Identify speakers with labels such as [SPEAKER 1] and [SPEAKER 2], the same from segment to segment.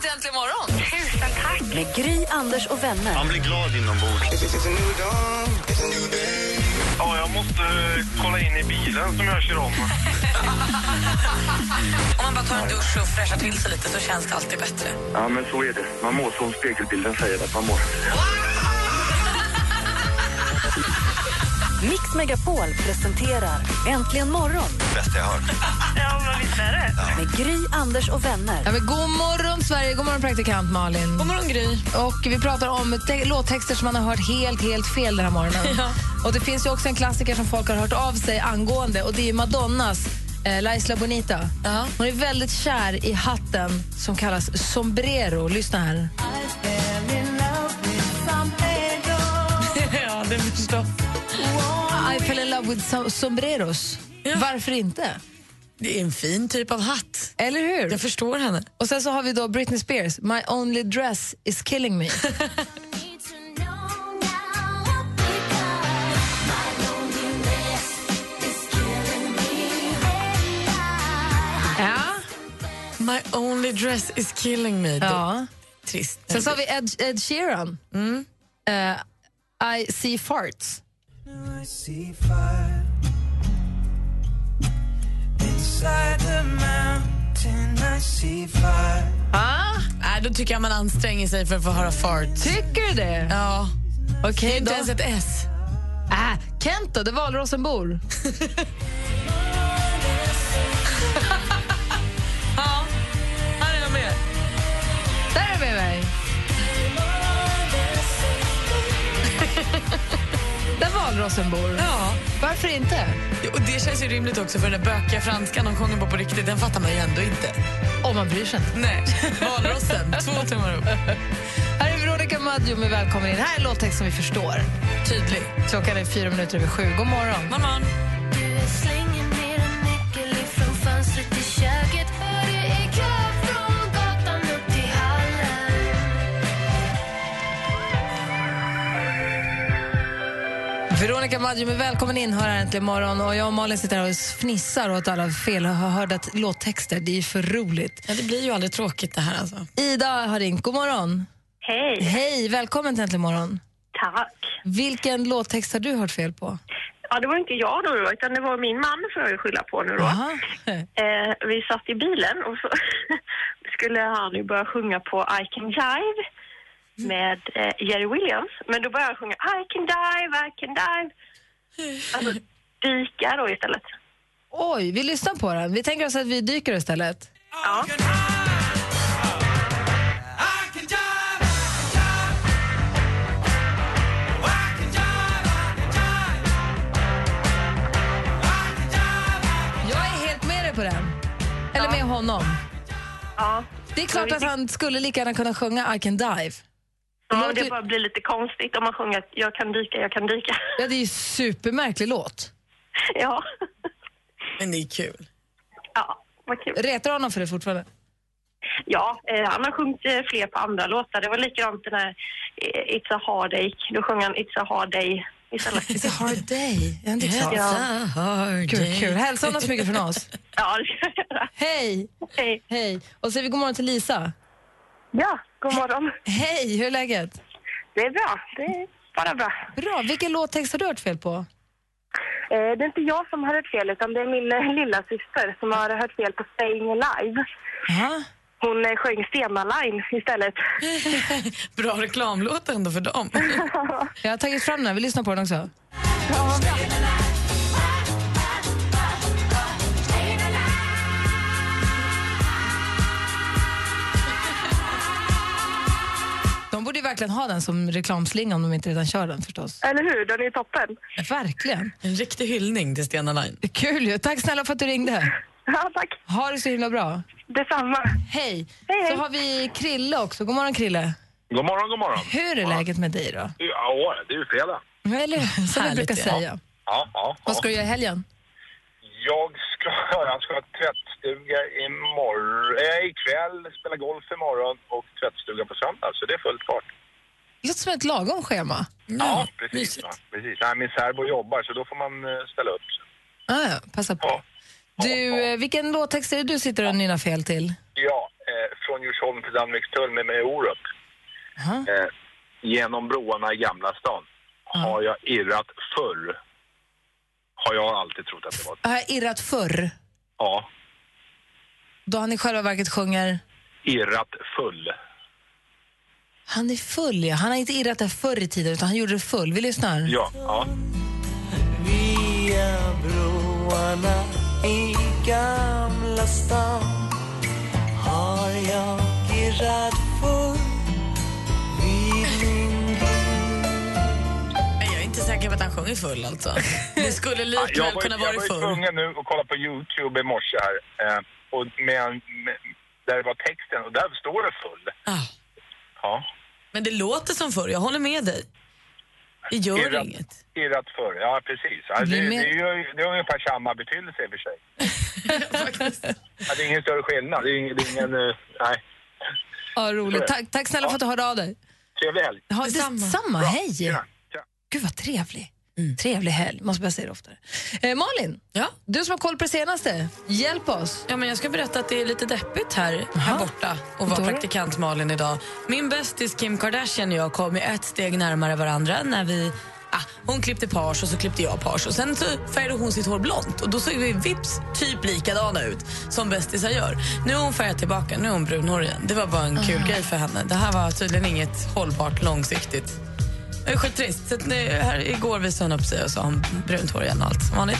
[SPEAKER 1] till Äntligen morgon!
[SPEAKER 2] Med Gry, Anders och vänner.
[SPEAKER 3] Han blir glad inombords.
[SPEAKER 4] Ja, jag måste eh, kolla in i bilen som jag kör om.
[SPEAKER 5] Om man bara tar en dusch och fräschar till sig lite så känns det alltid bättre.
[SPEAKER 4] Ja, men så är det. Man mår som spegelbilden säger att man mår.
[SPEAKER 2] Mix Megapol presenterar Äntligen morgon
[SPEAKER 3] Bästa jag hört.
[SPEAKER 2] med Gry, Anders och vänner.
[SPEAKER 6] Ja, men god morgon, Sverige. God morgon, praktikant Malin. God morgon, Gry. Och vi pratar om te- låttexter som man har hört helt, helt fel den här morgonen. Och det finns ju också en klassiker som folk har hört av sig angående och det är ju Madonnas eh, La Isla Bonita. Hon är väldigt kär i hatten som kallas sombrero. Lyssna här.
[SPEAKER 5] ja, det förstår.
[SPEAKER 6] I fell in love with som- sombreros. Varför inte?
[SPEAKER 5] Det är en fin typ av hatt.
[SPEAKER 6] Eller hur?
[SPEAKER 5] Jag förstår henne.
[SPEAKER 6] Och sen så har vi då Britney Spears, My only dress is killing me. ja.
[SPEAKER 5] My only dress is killing me.
[SPEAKER 6] ja.
[SPEAKER 5] Det är Trist.
[SPEAKER 6] Sen så har vi Ed, Ed Sheeran. Eh, I see farts. Ah,
[SPEAKER 5] Nej, då tycker jag man anstränger sig för att få höra fart.
[SPEAKER 6] tycker du det?
[SPEAKER 5] Ja.
[SPEAKER 6] Okej
[SPEAKER 5] Inte ens
[SPEAKER 6] då.
[SPEAKER 5] ett S.
[SPEAKER 6] Ah, Kent då, där valrossen bor.
[SPEAKER 5] Här är jag med.
[SPEAKER 6] Där är vi med mig. där valrossen bor.
[SPEAKER 5] Ja.
[SPEAKER 6] Varför inte?
[SPEAKER 5] Och det känns ju rimligt också för den där bökiga franskan de sjunger på på riktigt, den fattar man ju ändå inte.
[SPEAKER 6] Om man bryr sig inte.
[SPEAKER 5] Nej. Valrossen, två tummar upp.
[SPEAKER 6] Här är Veronica Maggio med Välkommen in. Här är låttext som vi förstår.
[SPEAKER 5] Tydlig.
[SPEAKER 6] Klockan är fyra minuter över sju. God morgon.
[SPEAKER 5] Mamma.
[SPEAKER 6] Veronica Maggio med Välkommen in hör här äntligen morgon. Och jag och Malin sitter här och fnissar åt alla felhörda t- låttexter. Det är ju för roligt.
[SPEAKER 5] Ja, det blir ju aldrig tråkigt det här alltså.
[SPEAKER 6] Ida har ringt. God morgon.
[SPEAKER 7] Hej,
[SPEAKER 6] Hej, välkommen till Äntligen morgon.
[SPEAKER 7] tack.
[SPEAKER 6] Vilken låttext har du hört fel på?
[SPEAKER 7] Ja, det var inte jag då, då utan det var min man får jag ju skylla på nu då.
[SPEAKER 6] Aha.
[SPEAKER 7] Eh, vi satt i bilen och så skulle han ju börja sjunga på I can dive med eh, Jerry Williams. Men då började han sjunga I can dive, I can dive. Alltså dyka då istället.
[SPEAKER 6] Oj, vi lyssnar på den. Vi tänker oss att vi dyker istället.
[SPEAKER 7] Ja.
[SPEAKER 6] Jag är helt med dig på den. Eller med honom.
[SPEAKER 7] ja.
[SPEAKER 6] Det är klart att han skulle lika gärna kunna sjunga I can dive.
[SPEAKER 7] Ja,
[SPEAKER 6] låter ju-
[SPEAKER 7] det bara blir lite konstigt om man sjunger att jag kan dyka, jag kan dyka.
[SPEAKER 6] Ja, det är ju supermärklig låt.
[SPEAKER 7] ja.
[SPEAKER 5] Men det är kul.
[SPEAKER 7] ja, vad kul.
[SPEAKER 6] Retar honom för det fortfarande?
[SPEAKER 7] Ja, eh, han har sjungit eh, fler på andra låtar. Det var likadant den här eh, It's a hard day. Då sjöng han It's a hard day istället.
[SPEAKER 6] It's a hard day. Ja, det är klart.
[SPEAKER 7] Ja.
[SPEAKER 6] Kul, kul. Hälsa honom så mycket från oss.
[SPEAKER 7] Ja, det ska jag göra.
[SPEAKER 6] Hej!
[SPEAKER 7] Hej.
[SPEAKER 6] Hej. Och så säger vi god morgon till Lisa.
[SPEAKER 7] Ja, god morgon.
[SPEAKER 6] Hej, hur är läget?
[SPEAKER 7] Det är bra. Det är bara bra.
[SPEAKER 6] Bra. Vilken låttext har du hört fel på?
[SPEAKER 7] Eh, det är inte jag som har hört fel, utan det är min eh, lilla syster som har hört fel på Staying Alive.
[SPEAKER 6] Ja.
[SPEAKER 7] Hon eh, sjöng Stena Line istället.
[SPEAKER 5] Bra reklamlåt ändå för dem.
[SPEAKER 6] Jag har tagit fram den här. Vi lyssnar på den också. De borde ju verkligen ha den som reklamslinga om de inte redan kör den förstås.
[SPEAKER 7] Eller hur? Den är toppen.
[SPEAKER 6] Verkligen.
[SPEAKER 5] En riktig hyllning till Stena Line.
[SPEAKER 6] Kul ju. Tack snälla för att du ringde.
[SPEAKER 7] Ja, tack.
[SPEAKER 6] Ha det så himla bra.
[SPEAKER 7] Detsamma.
[SPEAKER 6] Hej.
[SPEAKER 7] Hej, hej.
[SPEAKER 6] Så har vi Krille också. God morgon Krille.
[SPEAKER 8] God morgon, god morgon.
[SPEAKER 6] Hur är läget med dig då?
[SPEAKER 8] Ja, det är ju fredag.
[SPEAKER 6] Eller hur? Som vi
[SPEAKER 5] Härligt,
[SPEAKER 6] brukar
[SPEAKER 5] ja.
[SPEAKER 6] säga.
[SPEAKER 8] Ja, ja,
[SPEAKER 6] Vad ska du göra i helgen?
[SPEAKER 8] Jag ska, jag ska ha tvättstuga imorgon, äh, ikväll, spela golf imorgon och tvättstuga på söndag. Så det är fullt fart.
[SPEAKER 6] Det låter som ett lagom schema.
[SPEAKER 8] Ja, precis. Ja, precis. Nej, min särbo jobbar så då får man eh, ställa upp.
[SPEAKER 6] Ah, ja, passa på.
[SPEAKER 8] Ja,
[SPEAKER 6] Du, eh, vilken låttext är det du sitter och nynnar fel till?
[SPEAKER 8] ja eh, från Djursholm till Danvikstull med mig i Orup.
[SPEAKER 6] Aha.
[SPEAKER 8] Eh, genom broarna i Gamla stan har jag irrat förr. Har jag alltid trott att det var.
[SPEAKER 6] Har jag irrat förr?
[SPEAKER 8] Ja,
[SPEAKER 6] Då han i själva verket sjunger
[SPEAKER 8] irrat full.
[SPEAKER 6] Han är full, ja. Han har inte irrat det förr i tiden, utan han gjorde det full. Vi lyssnar.
[SPEAKER 8] Ja, ja.
[SPEAKER 5] Nej, jag är inte säker på att han sjunger full alltså. Det skulle
[SPEAKER 8] Jag
[SPEAKER 5] likväl
[SPEAKER 8] var,
[SPEAKER 5] kunna
[SPEAKER 8] jag
[SPEAKER 5] vara
[SPEAKER 8] var ju
[SPEAKER 5] full.
[SPEAKER 8] tvungen nu att kolla på Youtube i morse här. Eh, och med, med, där var texten och där står det full.
[SPEAKER 5] Ah,
[SPEAKER 8] Ja.
[SPEAKER 5] men det låter som full, jag håller med dig. Det gör
[SPEAKER 8] Irrat,
[SPEAKER 5] inget.
[SPEAKER 8] irrat förr, ja precis. Ja, det,
[SPEAKER 6] Blir mer-
[SPEAKER 8] det, gör, ju- det är ungefär samma betydelse i och för sig. Ja, det är ingen större skillnad. Det är ingen, det är ingen eh, nej.
[SPEAKER 6] Ja, roligt. Tack, tack snälla för att du hörde av dig.
[SPEAKER 8] Trevlig helg.
[SPEAKER 6] Ha,
[SPEAKER 5] Detsamma.
[SPEAKER 6] detsamma. Hej!
[SPEAKER 8] Tjena, tjena.
[SPEAKER 6] Gud, vad trevlig. Trevlig helg. Måste börja säga det oftare. Eh, Malin,
[SPEAKER 5] Mm. Ja.
[SPEAKER 6] du som har koll på det senaste, hjälp oss.
[SPEAKER 5] Ja, men jag ska berätta att det är lite deppigt här, här
[SPEAKER 6] Jaha.
[SPEAKER 5] borta och vara
[SPEAKER 6] Då då?
[SPEAKER 5] praktikant Malin idag. Min bästis Kim Kardashian och jag kom ju ett steg närmare varandra när vi Ah, hon klippte page och så klippte jag page och sen så färgade hon sitt hår blont och då såg vi vips typ likadana ut som bästisar gör. Nu har hon färgat tillbaka, nu är hon brunhårig igen. Det var bara en
[SPEAKER 6] Ah.
[SPEAKER 5] kul grej för henne. Det här var tydligen inget hållbart långsiktigt. Det är skittrist. Så att nu, här, igår visade han upp sig och så har han brunt hår igen och allt som vanligt.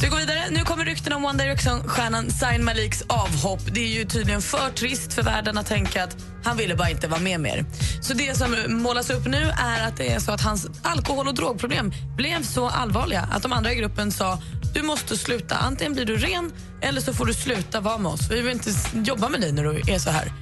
[SPEAKER 5] Så vi går vidare. Nu kommer rykten om One Direction-stjärnan Zayn Maliks avhopp. Det är ju tydligen för trist för världen att tänka att han ville bara inte vara med mer. Så det som målas upp nu är att det är så att hans alkohol och drogproblem blev så allvarliga att de andra i gruppen sa du måste sluta. Antingen blir du ren eller så får du sluta vara med oss. Vi vill inte s- jobba med dig när du är så här.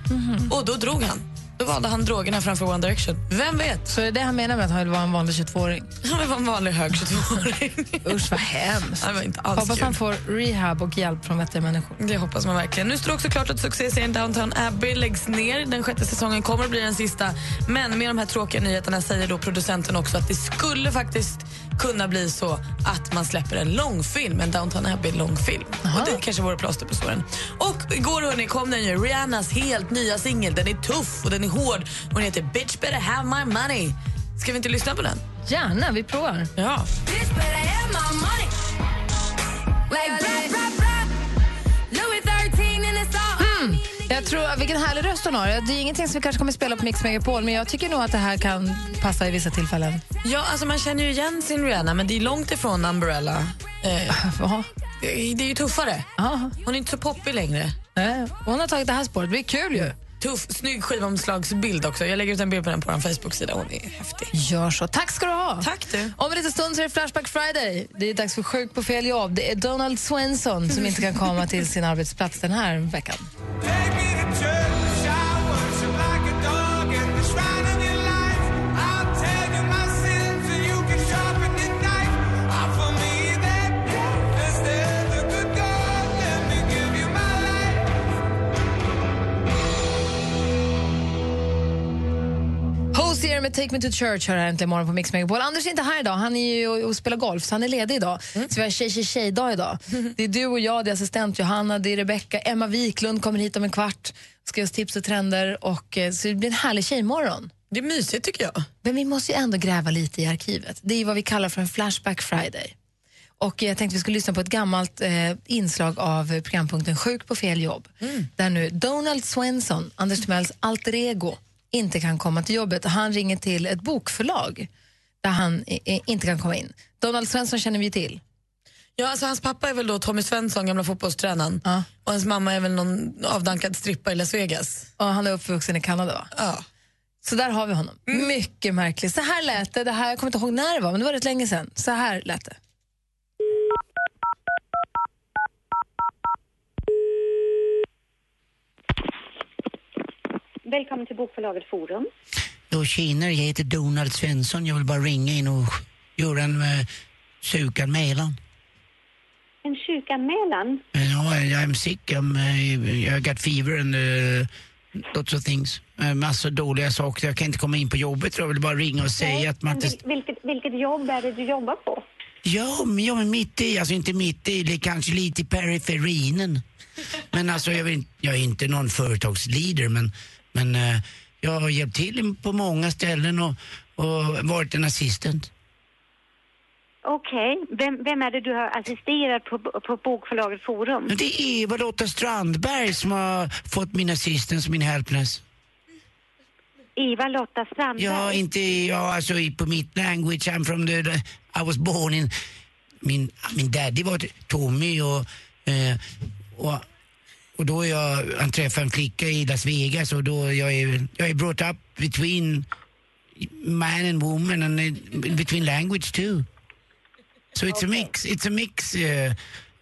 [SPEAKER 5] Och då drog han. Då valde han drogerna framför One Direction. Vem vet?
[SPEAKER 6] Så är det det han menar med att han vill vara en vanlig 22-åring?
[SPEAKER 5] Han var en vanlig hög 22-åring.
[SPEAKER 6] Usch, vad hemskt.
[SPEAKER 5] Det var inte alls
[SPEAKER 6] Hoppas
[SPEAKER 5] kul.
[SPEAKER 6] han får rehab och hjälp från vettiga människor.
[SPEAKER 5] Det hoppas man verkligen. Nu står det också klart att succéserien Downton Abbey läggs ner. Den sjätte säsongen kommer att bli den sista. Men med de här tråkiga nyheterna säger då producenten också att det skulle faktiskt kunna bli så att man släpper en långfilm, en Downton Abbey-långfilm. Och det kanske vore plåster på såren. Och igår hörni, kom den ju, Rihannas helt nya singel. Den är tuff och den är hård och den heter Bitch better have my money. Ska vi inte lyssna på den?
[SPEAKER 6] Gärna, vi provar.
[SPEAKER 5] Ja.
[SPEAKER 6] Mm. Jag tror, vilken härlig röst hon har. Det är ingenting som vi kanske kommer spela på Mix Megapol, men jag tycker nog att det här kan passa i vissa tillfällen.
[SPEAKER 5] Ja, alltså man känner ju igen sin Rihanna, men det är långt ifrån Umbrella. Eh,
[SPEAKER 6] Jaha.
[SPEAKER 5] det är- det är ju tuffare.
[SPEAKER 6] Jaha.
[SPEAKER 5] Hon är inte så poppig längre.
[SPEAKER 6] Nej, Eh, Hon har tagit det här spåret. Det blir kul ju.
[SPEAKER 5] Tuff, snygg skivomslagsbild också. Jag lägger ut en bild på den på vår Facebook-sida. Hon är häftig.
[SPEAKER 6] Gör så. Tack ska du ha.
[SPEAKER 5] Tack du.
[SPEAKER 6] Om en liten stund så är det Flashback Friday. Det är dags för Sjuk på fel jobb. Det är Donald Svensson som inte kan komma till sin arbetsplats den här veckan. Hosier med Take Me To Church hör här äntligen morgon på Mix Megapol. Anders är inte här idag, han är ju och- och spelar golf så han är ledig idag.
[SPEAKER 5] Mm.
[SPEAKER 6] Så vi har tjej tjej tjej dag idag. Det är du och jag, det är assistent Johanna, det är Rebecca, Emma Wiklund kommer hit om en kvart. Ska ge oss tips och trender och eh, så det blir en härlig tjejmorgon.
[SPEAKER 5] Det är mysigt tycker jag.
[SPEAKER 6] Men vi måste ju ändå gräva lite i arkivet. Det är ju vad vi kallar för en Flashback Friday. Och jag tänkte vi skulle lyssna på ett gammalt eh, inslag av programpunkten Sjuk på fel jobb.
[SPEAKER 5] Mm.
[SPEAKER 6] Där nu Donald Svensson, Anders Timells alter ego, inte kan komma till jobbet. Han ringer till ett bokförlag där han eh, eh, inte kan komma in. Donald Svensson känner vi ju till.
[SPEAKER 5] Ja, alltså, hans pappa är väl då Tommy Svensson, gamla fotbollstränaren.
[SPEAKER 6] Ja.
[SPEAKER 5] Och hans mamma är väl någon avdankad strippa i Las Vegas.
[SPEAKER 6] Och han är uppvuxen i Kanada va?
[SPEAKER 5] Ja. Mm.
[SPEAKER 6] Så där har vi honom. Mycket märkligt. Så här lät det. det här, jag kommer inte ihåg när det var, men det var rätt länge sedan. Så här lät det.
[SPEAKER 9] Välkommen till Bokförlaget Forum. då tjenare, jag heter Donald Svensson. Jag vill bara ringa in och göra en eh, sjukanmälan.
[SPEAKER 10] En sjukanmälan?
[SPEAKER 9] Eh, Ja, jag är sick. I'm, uh, I got fever and uh, lots of things. Eh, massor dåliga saker. Jag kan inte komma in på jobbet. Jag vill bara ringa och säga att man...
[SPEAKER 10] Men vil- vilket, vilket jobb är det du jobbar på?
[SPEAKER 9] Ja, men jag är mitt i, alltså inte mitt i, det är kanske lite i periferinen. Men alltså jag, vill, inte- jag är inte någon företagsleader men, men eh, jag har hjälpt till på många ställen och, och varit en assistent.
[SPEAKER 10] Okej, vem, vem är det du har assisterat på, på bokförlaget Forum?
[SPEAKER 9] Men det är Eva-Lotta Strandberg som har fått min assistance, min helpness.
[SPEAKER 10] Eva-Lotta Strandberg?
[SPEAKER 9] Ja, inte ja, alltså i- på mitt language. I'm from the, the I was born in... Min, min daddy var Tommy och, eh, och, och då är jag, han träffade en flicka i Las Vegas och då jag är jag är brought up between man and woman and eh, between language too. So it's a mix, it's a mix eh,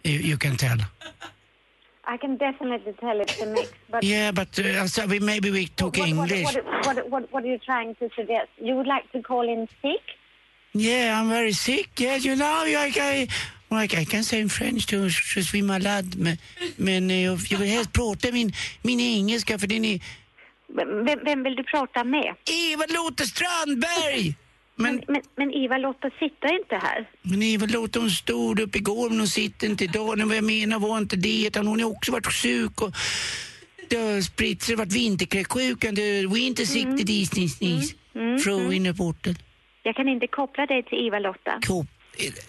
[SPEAKER 9] you, you can tell.
[SPEAKER 10] I can definitely tell it's a mix. But
[SPEAKER 9] Yeah, but uh, also we, maybe we talk
[SPEAKER 10] what, what,
[SPEAKER 9] English.
[SPEAKER 10] What, what, what, what are you trying to suggest? You would like to call in sick?
[SPEAKER 9] Yeah, I'm very sick. Yes, you know, like I, like I can say in French too, je suis malade. Men, men eh, jag jag vill helst prata min, min engelska för den är
[SPEAKER 10] Vem, vem- vem vill du prata med?
[SPEAKER 9] Eva-Lotta Strandberg! Men,
[SPEAKER 10] Men, men Eva-Lotta sitter inte här.
[SPEAKER 9] men Eva-Lotta hon stod upp igår men hon sitter inte idag. Men vad jag menar var inte det utan hon har också varit sjuk och det har spritt sig, det har varit vinterkräksjukan, det är winter sick
[SPEAKER 10] Mm.
[SPEAKER 9] disease, nis, nis. Throw in a bottle.
[SPEAKER 10] Jag kan inte koppla dig till Eva-Lotta.
[SPEAKER 9] Cool.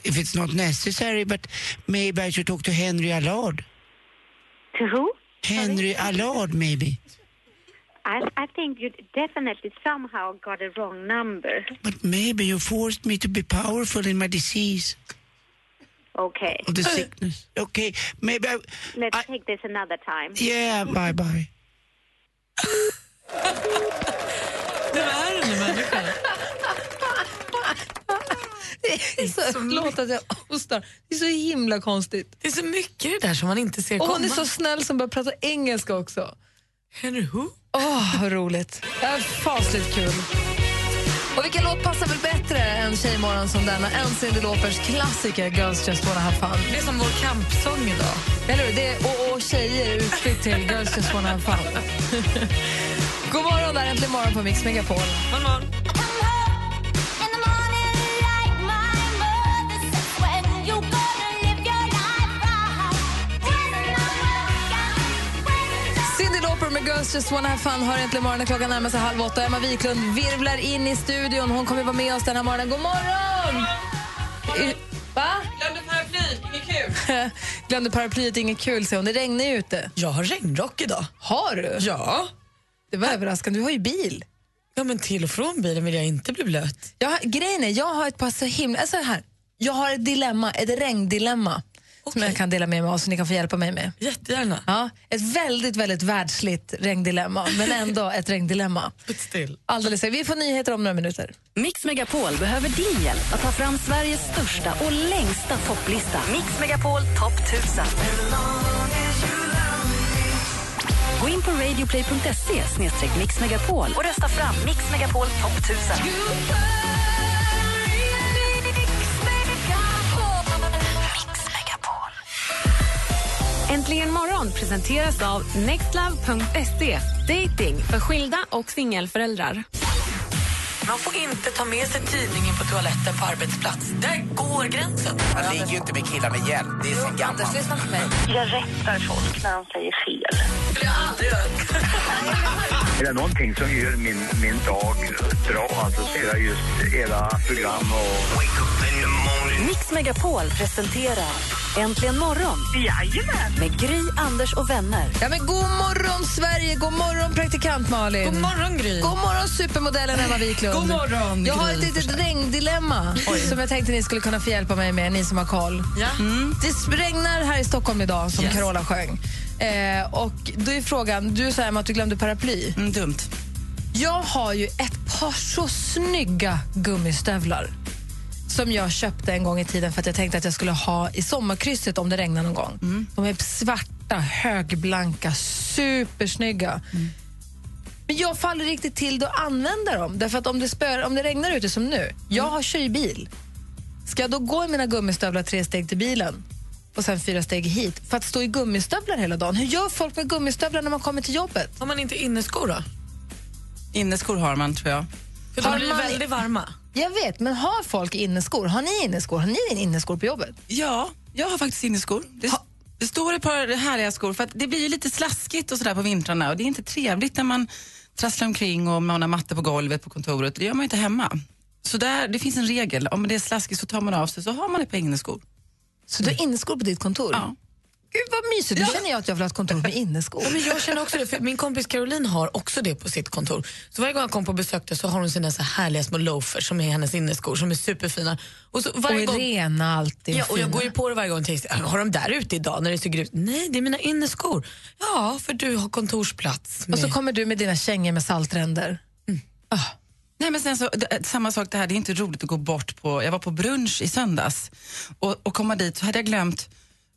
[SPEAKER 9] If it's not necessary but maybe I should talk to Henry Allard.
[SPEAKER 10] To who?
[SPEAKER 9] Henry Allard maybe.
[SPEAKER 10] I, I think you definitely somehow got a wrong number.
[SPEAKER 9] But maybe you forced me to be powerful in my disease
[SPEAKER 10] Okay,
[SPEAKER 9] of the sickness. Okay, maybe I...
[SPEAKER 10] let's
[SPEAKER 9] I
[SPEAKER 10] take this another time.
[SPEAKER 9] yeah, bye bye.
[SPEAKER 5] Vem är den här människan?
[SPEAKER 6] Det är så, låt att jag hostar. Det är så himla konstigt.
[SPEAKER 5] Det är så mycket i det där som man inte ser
[SPEAKER 6] Och
[SPEAKER 5] komma.
[SPEAKER 6] hon är så snäll som börjar prata engelska också.
[SPEAKER 5] Henry Who?
[SPEAKER 6] Åh, vad roligt. Det är fasligt kul. Och vilken låt passar väl bättre än Tjejmorgon som denna? En Cyndi Laupers klassiker Girls Just Wanna Have Fun.
[SPEAKER 5] Det är som vår kampsång idag.
[SPEAKER 6] Eller hur? Det är åh, åh tjejer utspritt till Girls Just Wanna Have Fun. God morgon, där äntligen morgon på Mix Megapol.
[SPEAKER 5] Morgon, morgon.
[SPEAKER 6] Cyndi Lauper med Girls Just Wanna Have Fun har äntligen morgon när klockan närmar sig halv åtta. Emma Wiklund virvlar in i studion. Hon kommer vara med oss den här morgonen. God morgon! I- Va?
[SPEAKER 5] Glömde paraplyet, inget kul.
[SPEAKER 6] Glömde paraplyet, inget kul, säger hon. Det regnar ju ute.
[SPEAKER 5] Jag har regnrock idag.
[SPEAKER 6] Har du?
[SPEAKER 5] Ja.
[SPEAKER 6] Det var överraskande. Du har ju bil.
[SPEAKER 5] Ja, men till och från bilen vill jag inte bli blöt.
[SPEAKER 6] Jag har, grejen är, jag har ett par så himla... Alltså här, jag har ett dilemma, ett regndilemma som
[SPEAKER 5] Okej.
[SPEAKER 6] jag kan dela med mig av så ni kan få hjälpa mig med.
[SPEAKER 5] Jättegärna.
[SPEAKER 6] Ja, ett väldigt, väldigt världsligt regndilemma, men ändå ett regndilemma.
[SPEAKER 5] But still.
[SPEAKER 6] Alldeles säkert. Vi får nyheter om några minuter.
[SPEAKER 2] Mix Megapol behöver din hjälp att ta fram Sveriges största och längsta topplista. Mix Megapol topp 1000. Gå in på radioplay.se snedstreck Mix Megapol och rösta fram Mix Megapol topp 1000. Mix Megapol.
[SPEAKER 11] Äntligen morgon presenteras av nextlove.se. Dating för skilda och singelföräldrar.
[SPEAKER 5] Man får inte ta med sig tidningen på toaletten på arbetsplats. Där går gränsen.
[SPEAKER 12] Man ligger ju inte med killar med hjälp. Det är sen gammalt.
[SPEAKER 5] lyssna på mig.
[SPEAKER 10] Jag rättar folk när de säger fel.
[SPEAKER 8] Är det någonting som gör min, min dag bra alltså, så är det just era program och...
[SPEAKER 2] Mix Megapol presenterar Äntligen morgon
[SPEAKER 10] Jajamän!
[SPEAKER 2] med Gry, Anders och vänner.
[SPEAKER 6] Ja, men god morgon, Sverige! God morgon, praktikant Malin!
[SPEAKER 5] God morgon, Gry.
[SPEAKER 6] God morgon, supermodellen Emma Wiklund.
[SPEAKER 5] God morgon,
[SPEAKER 6] Jag har
[SPEAKER 5] Gry
[SPEAKER 6] ett litet regndilemma som jag tänkte ni skulle kunna få hjälpa mig med, ni som har koll. Mm.
[SPEAKER 5] Ja.
[SPEAKER 6] Det regnar här i Stockholm idag, som
[SPEAKER 5] Yes.
[SPEAKER 6] Carola sjöng. Eh, och då är frågan, du säger Emma, att du glömde paraply.
[SPEAKER 1] Mm, dumt.
[SPEAKER 6] Jag har ju ett par så snygga gummistövlar som jag köpte en gång i tiden för att jag tänkte att jag skulle ha i sommarkrysset om det regnar någon gång.
[SPEAKER 13] Mm. Mm.
[SPEAKER 6] De är svarta, högblanka, supersnygga. Men jag faller riktigt till då att använda dem. Därför att om det, spör, om det regnar ute som nu, jag har kör ju bil. Ska jag då gå i mina gummistövlar tre steg till bilen och sen fyra steg hit för att stå i gummistövlar hela dagen? Hur gör folk med gummistövlar när man kommer till jobbet?
[SPEAKER 5] Har man inte inneskor då?
[SPEAKER 13] Inneskor har man, tror jag.
[SPEAKER 5] För de blir väldigt varma.
[SPEAKER 6] Jag vet, men har folk inneskor? Har ni inneskor? Har ni inneskor på jobbet?
[SPEAKER 13] Ja, jag har faktiskt inneskor. Det, det står ett par härliga skor, för att det blir ju lite slaskigt och sådär på vintrarna och det är inte trevligt när man trasslar omkring och man har matte på golvet på kontoret. Det gör man ju inte hemma. Så där, det finns en regel, om det är slaskigt så tar man av sig så har man ett par inneskor.
[SPEAKER 6] Så du har inneskor på ditt kontor? Ja. Gud vad mysigt, nu känner jag att jag vill ha ett kontor med inneskor.
[SPEAKER 5] Ja, men jag känner också det, för min kompis Caroline har också det på sitt kontor. Så varje gång jag kom på besök där så har hon sina så här härliga små loafers som är hennes inneskor som är superfina. Och, så varje
[SPEAKER 6] Och är
[SPEAKER 5] gång,
[SPEAKER 6] rena alltid.
[SPEAKER 5] Ja, och jag
[SPEAKER 6] fina.
[SPEAKER 5] går ju på det varje gång och tänker, "Äh, har de där ute idag när det är så grymt? Nej, det är mina inneskor. Ja, för du har kontorsplats.
[SPEAKER 6] Och så
[SPEAKER 5] med-
[SPEAKER 6] kommer du med dina kängor med saltränder.
[SPEAKER 13] Nej, men sen så, det, samma sak det här, det är inte roligt att gå bort på, jag var på brunch i söndags och, och komma dit så hade jag glömt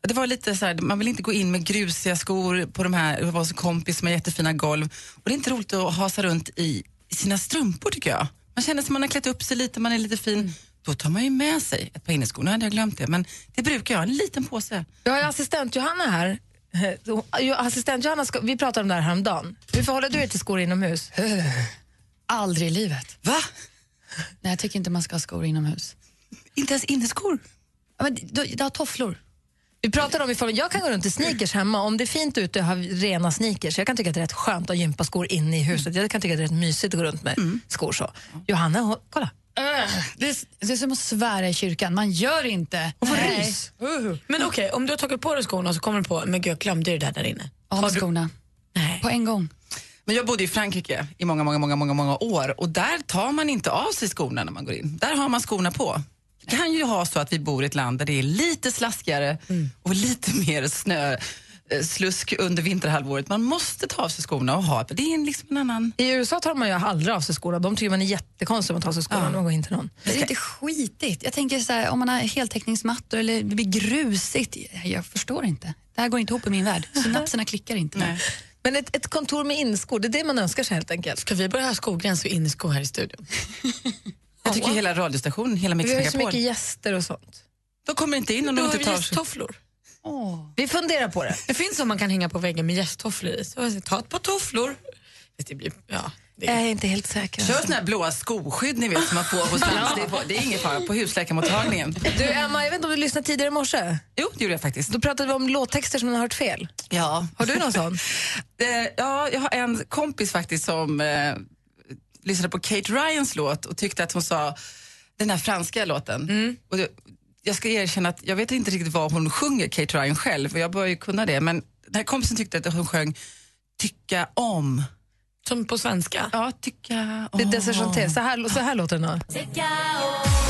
[SPEAKER 13] det var lite så här, man vill inte gå in med grusiga skor på de här, det var en kompis med jättefina golv. Och det är inte roligt att hasa runt i sina strumpor tycker jag. Man känner sig man har klätt upp sig lite, man är lite fin. Då tar man ju med sig ett par inneskor. Nu hade jag glömt det, men det brukar jag, en liten påse.
[SPEAKER 6] Jag har ju assistent Johanna här. Eh, Jo, Assistent Johanna, ska, vi pratade om det här häromdagen. Hur förhåller du dig till skor inomhus?
[SPEAKER 14] Aldrig i livet.
[SPEAKER 13] Va?
[SPEAKER 14] Nej, jag tycker inte man ska ha skor inomhus.
[SPEAKER 13] Inte ens inneskor?
[SPEAKER 14] Ja, men du, du har tofflor.
[SPEAKER 6] Vi pratade om ifall jag kan gå runt i sneakers hemma. Om det är fint ute och har rena sneakers. Jag kan tycka att det är rätt skönt att ha gympaskor inne i huset. Jag kan tycka att det är rätt mysigt att gå runt med skor så. Johanna, hon, kolla.
[SPEAKER 14] Mm. Det är, det är som att svära i kyrkan. Man gör inte.
[SPEAKER 5] Och får
[SPEAKER 14] Nej.
[SPEAKER 5] rys. Men okej, om du har tagit på dig skorna och så kommer du på, men gud jag glömde det där där inne.
[SPEAKER 14] Av
[SPEAKER 5] Har du-
[SPEAKER 14] skorna. På en gång.
[SPEAKER 13] Men jag bodde i Frankrike i många, många, många, många, många år och där tar man inte av sig skorna när man går in. Där har man skorna på. Det kan ju ha så att vi bor i ett land där det är lite slaskigare
[SPEAKER 5] Mm.
[SPEAKER 13] och lite mer snö eh, slusk under vinterhalvåret. Man måste ta av sig skorna och ha det. är en- liksom en annan...
[SPEAKER 6] I USA tar man ju aldrig av sig skorna. De tycker man är jättekonstig om man tar av sig skorna när man går in till någon.
[SPEAKER 14] Det är inte skitigt. Jag tänker så här, om man har heltäckningsmattor eller det blir grusigt. Jag förstår inte. Det här går inte ihop i min värld. Synapserna klickar inte.
[SPEAKER 6] Men ett, ett kontor med inskor, det är det man önskar sig helt enkelt.
[SPEAKER 5] Ska vi börja ha skogräns och inneskor här i studion?
[SPEAKER 13] Jag tycker hela radiostationen, hela Mix
[SPEAKER 6] Vi har ju så
[SPEAKER 13] Megapol.
[SPEAKER 6] mycket gäster och sånt.
[SPEAKER 13] De kommer inte in om
[SPEAKER 5] Då
[SPEAKER 13] de
[SPEAKER 5] har
[SPEAKER 13] inte
[SPEAKER 5] vi
[SPEAKER 13] tar av sig...
[SPEAKER 5] gästtofflor.
[SPEAKER 6] Vi funderar på det.
[SPEAKER 5] Det finns som man kan hänga på väggen med gästtofflor i. Så jag säger, ta ett par tofflor. Det blir, ja, det
[SPEAKER 6] Jag är inte helt säker.
[SPEAKER 13] Kör såna här blåa skoskydd ni vet som man får hos landstinget. Det är ingen fara på husläkarmottagningen.
[SPEAKER 6] Du Emma, jag vet inte om du lyssnade tidigare i morse?
[SPEAKER 13] Jo, det gjorde jag faktiskt.
[SPEAKER 6] Då pratade vi om låttexter som man har hört fel.
[SPEAKER 13] Ja.
[SPEAKER 6] Har du någon sån?
[SPEAKER 13] Eh, ja, jag har en kompis faktiskt som eh, lyssnade på Kate Ryans låt och tyckte att hon sa den här franska låten. Och det, jag ska erkänna att jag vet inte riktigt vad hon sjunger, Kate Ryan själv, och jag börjar ju kunna det, men den här kompisen tyckte att hon sjöng tycka om.
[SPEAKER 5] Som på svenska?
[SPEAKER 13] Ja, tycka om.
[SPEAKER 6] Det är dessertanté. Så här, så här låter den. då.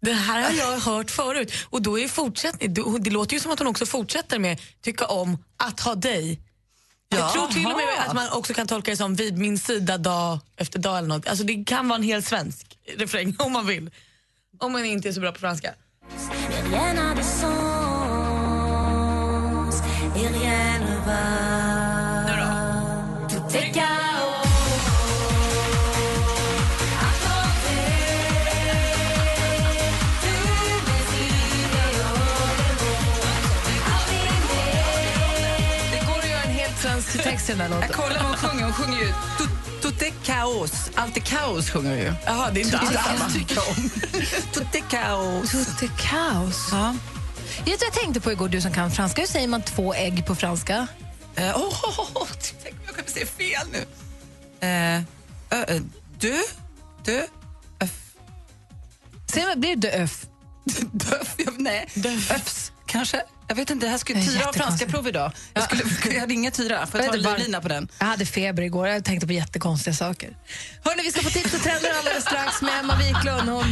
[SPEAKER 5] Det här har jag hört förut. Och då är fortsättning, det, det låter ju som att hon också fortsätter med tycka om att ha dig. Jag
[SPEAKER 13] Jaha.
[SPEAKER 5] tror till och med att man också kan tolka det som vid min sida dag efter dag eller något. Alltså det kan vara en hel svensk refräng om man vill. Om man inte är så bra på franska.
[SPEAKER 6] Det går att göra en helt svensk text till den här
[SPEAKER 13] Jag
[SPEAKER 6] låten.
[SPEAKER 13] kollar vad hon sjunger, hon sjunger ju "Tout- Tout är kaos, allt är kaos sjunger hon ju.
[SPEAKER 5] Jaha, det är inte alls samma.
[SPEAKER 13] tycka om. Tout är kaos.
[SPEAKER 6] Tutte kaos. Ja. Vet du vad jag tänkte på igår, du som kan franska? Hur säger man två ägg på franska?
[SPEAKER 13] Eh, Åh, oh, tänk om jag kommer säga fel nu. Eh, ö, ö, dö, dö,
[SPEAKER 6] Säger man, blir det öff?
[SPEAKER 13] döf, ja, nej, öfs kanske. Jag vet inte, det här skulle
[SPEAKER 6] Det är
[SPEAKER 13] Tyra ha franska
[SPEAKER 6] jättekonstigt.
[SPEAKER 13] prov idag. Jag, skulle, jag ringer Tyra, får jag
[SPEAKER 6] Jag vet
[SPEAKER 13] ta en
[SPEAKER 6] inte var-
[SPEAKER 13] livlina på den?
[SPEAKER 6] Jag hade feber igår, jag tänkte på jättekonstiga saker. Hörni, vi ska få tips och trender alldeles strax med Emma Wiklund. Hon,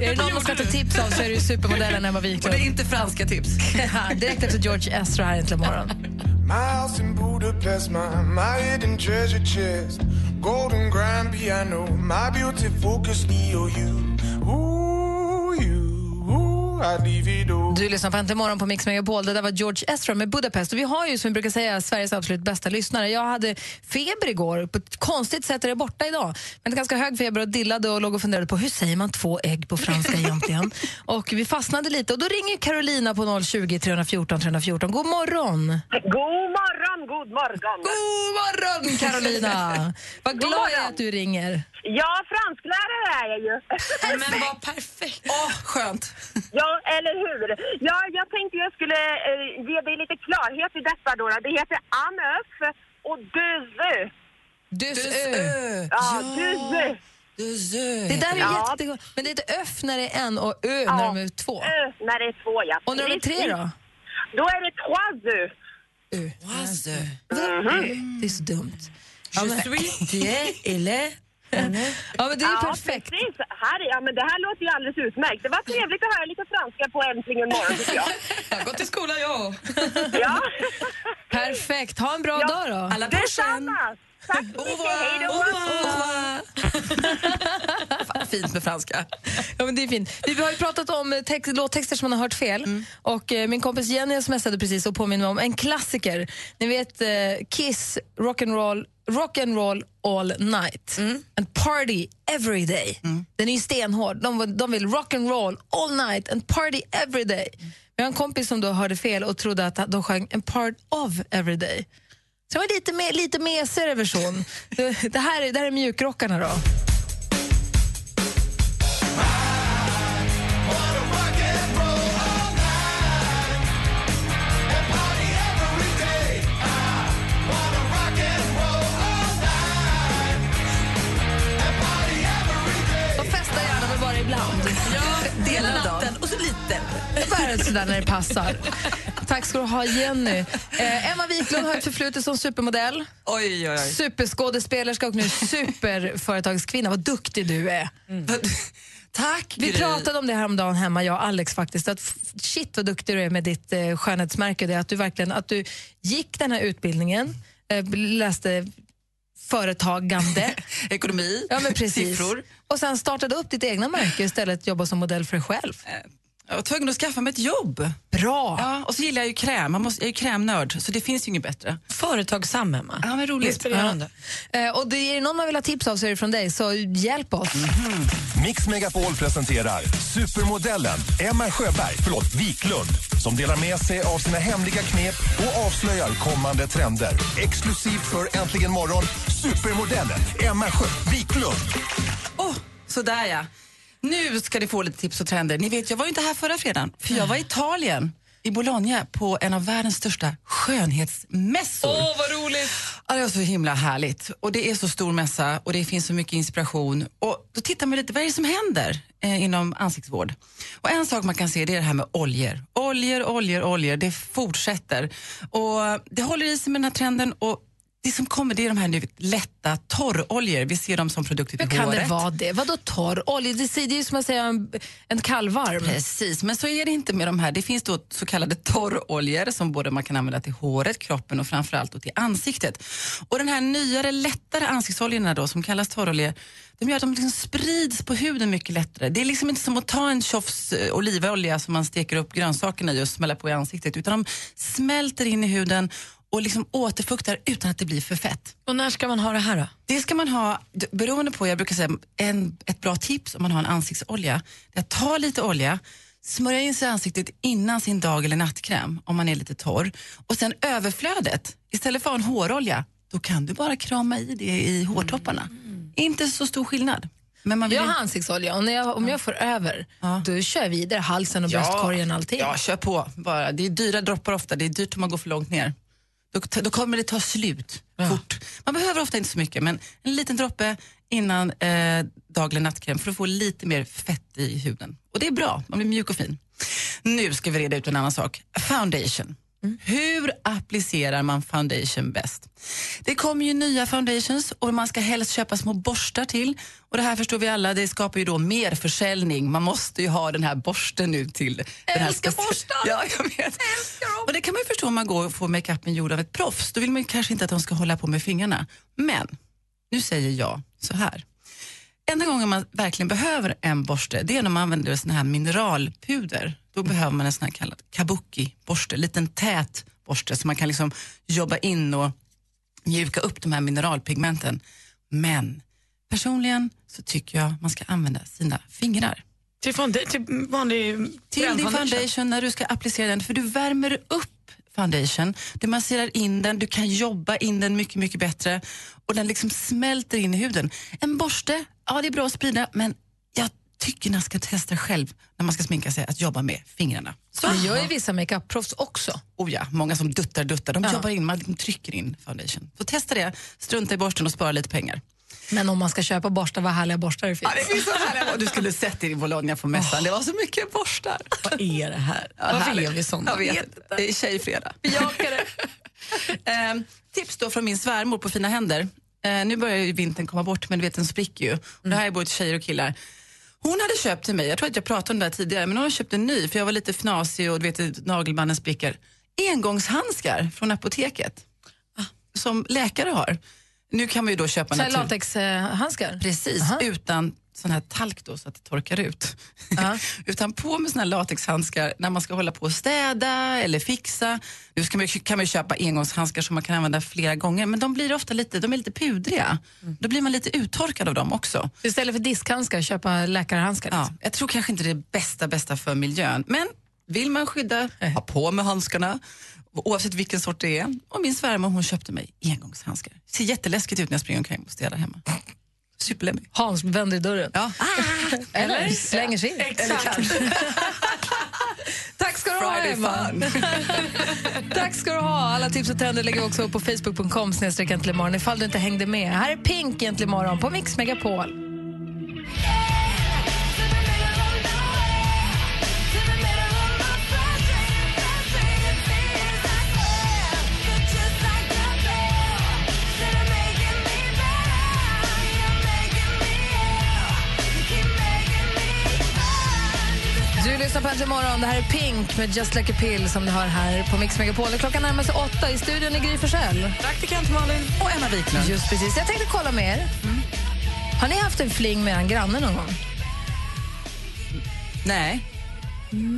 [SPEAKER 6] är det någon man ska ta tips av så är det ju supermodellen Emma
[SPEAKER 13] Och
[SPEAKER 6] Wiklund.
[SPEAKER 13] det är inte franska tips.
[SPEAKER 6] Direkt efter George Ezra här äntligen morgon.
[SPEAKER 15] My house in Budapest, my, my hidden treasure chest, golden grand piano, my beautiful Castillo, oh you, ooh, you, ooh,
[SPEAKER 6] Du lyssnar på Äntligen morgon på Mix Megapol. Det där var George Ezra med Budapest. Och vi har ju som vi brukar säga Sveriges absolut bästa lyssnare. Jag hade feber igår. På ett konstigt sätt är det borta idag. Men ganska hög feber och dillade och låg och funderade på hur säger man två ägg på franska egentligen? och vi fastnade lite och då ringer Carolina på 020 314 314. God morgon!
[SPEAKER 7] God morgon, god morgon!
[SPEAKER 6] God morgon Carolina! Vad glad jag är att du ringer.
[SPEAKER 7] Ja, fransklärare är jag ju.
[SPEAKER 5] Men vad perfekt!
[SPEAKER 7] Åh, skönt! Ja, eller hur? Ja, jag tänkte jag skulle eh, ge dig lite klarhet i detta då. Det heter anöf och döze.
[SPEAKER 6] Döze.
[SPEAKER 7] Ja, döze.
[SPEAKER 6] Det där är
[SPEAKER 7] Ja.
[SPEAKER 6] jättegott. Men det är ett öff när det är en och ö när de är två.
[SPEAKER 7] Ö när det är två, ja.
[SPEAKER 6] Och när de är tre då?
[SPEAKER 7] Då är det trois œufs.
[SPEAKER 6] Mhm. Det är så dumt.
[SPEAKER 7] Je suis Pierre
[SPEAKER 6] Ja, men det är ju
[SPEAKER 7] ja,
[SPEAKER 6] perfekt.
[SPEAKER 7] Precis. Här, är- ja, men det här låter ju alldeles utmärkt. Det var trevligt att höra lite franska på Äntligen morgon, tycker jag.
[SPEAKER 6] Jag har gått i skolan jag
[SPEAKER 7] Ja.
[SPEAKER 6] Perfekt. Ha en bra
[SPEAKER 7] Ja.
[SPEAKER 6] dag då.
[SPEAKER 7] Alla Detsamma! Tack så mycket. Hej då!
[SPEAKER 6] Fint med franska. Ja, men det är fint. Vi har ju pratat om eh, text, låttexter som man har hört fel. Och eh, Min kompis Jenny smsade precis och påminner mig om en klassiker. Ni vet eh, Kiss, rock'n'roll rock and roll all night. En party every day. Den är ju stenhård. De, de vill rock'n'roll all night, en party every day. Vi har en kompis som då hörde fel och trodde att de sjöng en part of every day. Så jag var lite, me- lite mesigare över sån. Det, det, här, är- det här är mjukrockarna då. Och festa gärna, men bara ibland. Ja,
[SPEAKER 5] Hela natten och så lite.
[SPEAKER 6] Bara sådär när det passar. Tack ska du ha, Jenny. Eh, Emma Wiklund har ett förflutet som supermodell,
[SPEAKER 13] Oj, oj, oj.
[SPEAKER 6] superskådespelerska och nu superföretagskvinna. Vad duktig du är.
[SPEAKER 13] Tack,
[SPEAKER 6] Vi
[SPEAKER 13] Gry.
[SPEAKER 6] pratade om det här om dagen hemma, jag och Alex faktiskt. Att f- shit vad duktig du är med ditt eh, skönhetsmärke. Det är att du verkligen att du gick den här utbildningen, eh, läste företagande.
[SPEAKER 13] Ekonomi,
[SPEAKER 6] ja, men precis.
[SPEAKER 13] siffror.
[SPEAKER 6] Och sen startade upp ditt egna märke och istället jobba som modell för dig själv.
[SPEAKER 13] Jag var tvungen att skaffa mig ett jobb.
[SPEAKER 6] Bra!
[SPEAKER 13] Ja, och så gillar jag ju kräm. Man måste, jag är ju krämnörd, så det finns ju inget bättre.
[SPEAKER 5] Företagsam, Emma.
[SPEAKER 13] Ja, men roligt.
[SPEAKER 5] Inspirerande.
[SPEAKER 6] Eh, och det är det någon man vill ha tips av så är det från dig, så hjälp oss.
[SPEAKER 3] Mix Megapol presenterar supermodellen Emma Sjöberg, förlåt, Wiklund som delar med sig av sina hemliga knep och avslöjar kommande trender. Exklusivt för Äntligen morgon, supermodellen Emma Sjö Wiklund.
[SPEAKER 13] Åh, sådär ja. Nu ska ni få lite tips och trender. Ni vet, jag var ju inte här förra fredagen, för jag var i Italien, i Bologna, på en av världens största skönhetsmässor. Åh,
[SPEAKER 5] vad roligt!
[SPEAKER 13] Ja, det var så himla härligt. Och det är så stor mässa och det finns så mycket inspiration. Och då tittar man lite, vad är det som händer eh, inom ansiktsvård? Och en sak man kan se det är det här med oljor. Oljor, oljor, oljor. Det fortsätter. Och det håller i sig med den här trenden. Och det som kommer det är de här nu lätta torroljor. Vi ser dem som produkter till
[SPEAKER 6] Hur kan
[SPEAKER 13] håret.
[SPEAKER 6] det vara det? Vadå torr olja? Det ser- det är ju som att säga en, en kallvarm.
[SPEAKER 13] Precis, men så är det inte med de här. Det finns då så kallade torroljor som både man kan använda till håret, kroppen och framförallt då till ansiktet. Och den här nyare, lättare ansiktsoljorna då som kallas torroljor, de gör att de liksom sprids på huden mycket lättare. Det är liksom inte som att ta en tjofs eh, olivolja som man steker upp grönsakerna i och smäller på i ansiktet, utan de smälter in i huden och liksom återfuktar utan att det blir för fett.
[SPEAKER 5] Och när ska man ha det här då?
[SPEAKER 13] Det ska man ha, d- beroende på, jag brukar säga en, ett bra tips om man har en ansiktsolja, det är att ta lite olja, smörja in sig i ansiktet innan sin dag eller nattkräm om man är lite torr och sen överflödet, istället för att ha en hårolja, då kan du bara krama i det i hårtopparna. Inte så stor skillnad. Men man vill
[SPEAKER 6] Mm. Jag
[SPEAKER 13] ju-
[SPEAKER 6] har ansiktsolja och när jag, om jag får över, då kör jag vidare halsen och bröstkorgen och allting.
[SPEAKER 13] Ja, kör på bara. Det är dyra droppar ofta, det är dyrt om man går för långt ner. Då, då kommer det ta slut fort. Man behöver ofta inte så mycket, men en liten droppe innan eh, dag eller nattkräm för att få lite mer fett i huden. Och det är bra, man blir mjuk och fin. Nu ska vi reda ut en annan sak. Foundation.
[SPEAKER 5] Mm.
[SPEAKER 13] Hur applicerar man foundation bäst? Det kommer ju nya foundations och man ska helst köpa små borstar till. Och det här förstår vi alla, det skapar ju då mer försäljning. Man måste ju ha den här borsten nu till den här
[SPEAKER 5] Älskar
[SPEAKER 13] speci-
[SPEAKER 5] borstar!
[SPEAKER 13] Ja, jag vet. Och det kan man ju förstå om man går och får makeupen gjord av ett proffs. Då vill man ju kanske inte att de ska hålla på med fingrarna. Men nu säger jag så här. Enda gången man verkligen behöver en borste det är när man använder sån här mineralpuder. då behöver man en sån här kallad kabuki-borste, liten tät borste så man kan liksom jobba in och mjuka upp de här mineralpigmenten. Men personligen så tycker jag man ska använda sina fingrar.
[SPEAKER 5] Till, fonda- till vanlig
[SPEAKER 13] Till din foundation när du ska applicera den, för du värmer upp foundation, du masserar in den, du kan jobba in den mycket, mycket bättre och den liksom smälter in i huden. En borste, ja det är bra att sprida, men jag tycker man ska testa själv när man ska sminka sig att jobba med fingrarna.
[SPEAKER 6] Så det gör ju vissa makeup-proffs också.
[SPEAKER 13] Oh ja, många som duttar, duttar. De
[SPEAKER 6] Ja.
[SPEAKER 13] jobbar in, man liksom trycker in foundation. Så testa det, strunta i borsten och spara lite pengar.
[SPEAKER 6] Men om man ska köpa borstar, vad härliga borstar det finns.
[SPEAKER 13] Och du skulle sett det i Bologna på mässan, det var så mycket borstar.
[SPEAKER 5] Vad är det här? Varför är vi såna?
[SPEAKER 13] Jag vet inte. Det är tjejfredag. Ehm, tips då från min svärmor på Fina händer. Ehm, nu börjar ju vintern komma bort, men du vet den spricker ju. Och det här är både tjejer och killar. Hon hade köpt till mig, jag tror att jag pratade om det här tidigare, men hon har köpt en ny för jag var lite fnasig och du vet nagelbanden spricker. Engångshandskar från apoteket som läkare har. Nu kan man ju då köpa
[SPEAKER 6] Så här
[SPEAKER 13] natur-
[SPEAKER 6] latexhandskar?
[SPEAKER 13] Precis, utan sån här talk då så att det torkar ut. utan på med såna här latexhandskar när man ska hålla på och städa eller fixa. Nu ska man, ju- kan man ju köpa engångshandskar som man kan använda flera gånger men de blir ofta lite, de är lite pudriga. Då blir man lite uttorkad av dem också.
[SPEAKER 6] Istället för diskhandskar, köpa läkarhandskar.
[SPEAKER 13] Ja, jag tror kanske inte det är bästa, bästa för miljön. Men vill man skydda, ha på med handskarna. Oavsett vilken sort det är. Och min svärmor hon köpte mig engångshandskar. Ser jätteläskigt ut när jag springer omkring och städar hemma. Superlämmig.
[SPEAKER 6] Hans vänder i dörren.
[SPEAKER 13] Ja.
[SPEAKER 6] Eller, slänger sig in.
[SPEAKER 13] Exakt.
[SPEAKER 6] Tack ska du ha,
[SPEAKER 13] Friday
[SPEAKER 6] Emma. Tack ska du ha. Alla tips och trender lägger vi också upp på facebook.com snedstreck Äntligen morgon ifall du inte hängde med. Här är Pink i Äntligen morgon på Mix Megapol. Du lyssnar på Äntligen morgon. Det här är Pink med Just Like a Pill som du hör här på Mix Megapol. Och Klockan närmar sig åtta. I studion är Gry Forssell.
[SPEAKER 5] Praktikant Malin.
[SPEAKER 13] Och Emma
[SPEAKER 5] Mm.
[SPEAKER 13] Wiklund.
[SPEAKER 6] Just precis. Jag tänkte kolla med er. Har ni haft en fling med er granne någon gång?
[SPEAKER 13] Nej.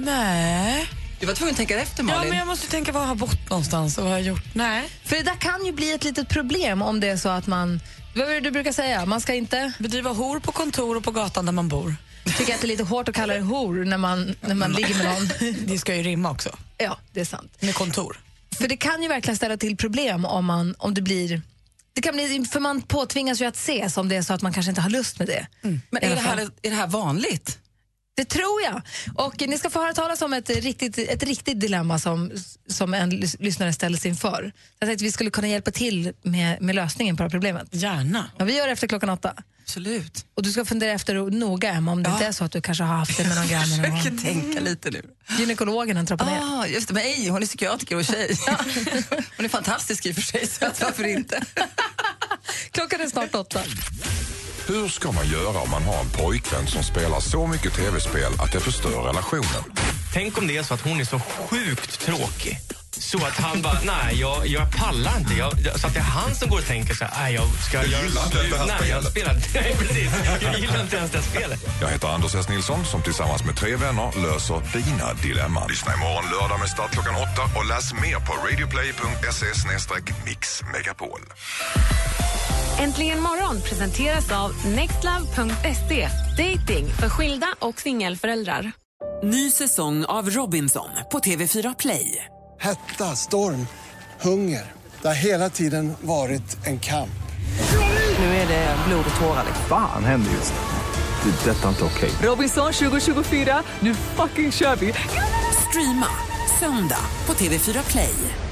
[SPEAKER 5] Nej.
[SPEAKER 13] Du var tvungen att tänka efter,
[SPEAKER 5] Ja, men jag måste tänka vad jag har bott någonstans och vad jag har gjort. Nej.
[SPEAKER 6] För det där kan ju bli ett litet problem om det är så att man... Vad är det du brukar säga? Man ska inte...
[SPEAKER 5] Bedriva hor på kontor och på gatan där man bor.
[SPEAKER 6] Tycker att det är lite hårt att kalla det hor när man, när man ligger med någon.
[SPEAKER 5] Det ska ju rimma också.
[SPEAKER 6] Ja, det är sant.
[SPEAKER 5] Med kontor.
[SPEAKER 6] För det kan ju verkligen ställa till problem om, man, om det blir... Det kan bli, för man påtvingas ju att ses om det är så att man kanske inte har lust med det.
[SPEAKER 13] Men
[SPEAKER 6] I
[SPEAKER 13] är
[SPEAKER 6] alla
[SPEAKER 13] det, här,
[SPEAKER 6] fall.
[SPEAKER 13] är det här vanligt?
[SPEAKER 6] Det tror jag. Och eh, ni ska få höra talas om ett eh, riktigt, ett riktigt dilemma som, som en lys- lyssnare ställs inför. Jag tänkte att vi skulle kunna hjälpa till med, med lösningen på det här problemet.
[SPEAKER 5] Gärna.
[SPEAKER 6] Ja, vi gör det efter klockan åtta.
[SPEAKER 13] Absolut.
[SPEAKER 6] Och du ska fundera efter o- noga, Emma, om det inte är så att du kanske har haft det med någon
[SPEAKER 13] Jag
[SPEAKER 6] granne. någon gång.
[SPEAKER 13] försöker tänka lite nu.
[SPEAKER 6] Gynekologen en trappa ner.
[SPEAKER 13] Ah, just det, men ej, hon är psykiatriker och tjej. hon är fantastisk i och för sig, så att varför inte?
[SPEAKER 6] Klockan är snart åtta.
[SPEAKER 16] Hur ska man göra om man har en pojkvän som spelar så mycket tv-spel att det förstör relationen?
[SPEAKER 17] Tänk om det är så att hon är så sjukt tråkig. Så att han bara, nej jag, jag pallar inte. Jag, jag- så att det är han som går och tänker så här, nej jag ska
[SPEAKER 16] Jag
[SPEAKER 17] göra
[SPEAKER 16] gillar inte
[SPEAKER 17] slut.
[SPEAKER 16] det här
[SPEAKER 17] Nej, jag spelar inte. Nej, precis. Jag gillar inte ens det här spelet.
[SPEAKER 16] Jag heter Anders S. Nilsson som tillsammans med tre vänner löser dina dilemman. Lyssna imorgon lördag med start klockan åtta och läs mer på radioplay.se mixmegapol.
[SPEAKER 11] Äntligen morgon presenteras av nextlove.se. Dating för skilda och singelföräldrar.
[SPEAKER 1] Ny säsong av Robinson på TV4 Play.
[SPEAKER 18] Hetta, storm, hunger. Det har hela tiden varit en kamp.
[SPEAKER 1] Nu är det blod och tårar.
[SPEAKER 19] Fan händer just det. Det är detta inte okej.
[SPEAKER 1] Robinson 2024, nu fucking kör vi! Streama söndag på TV4 Play.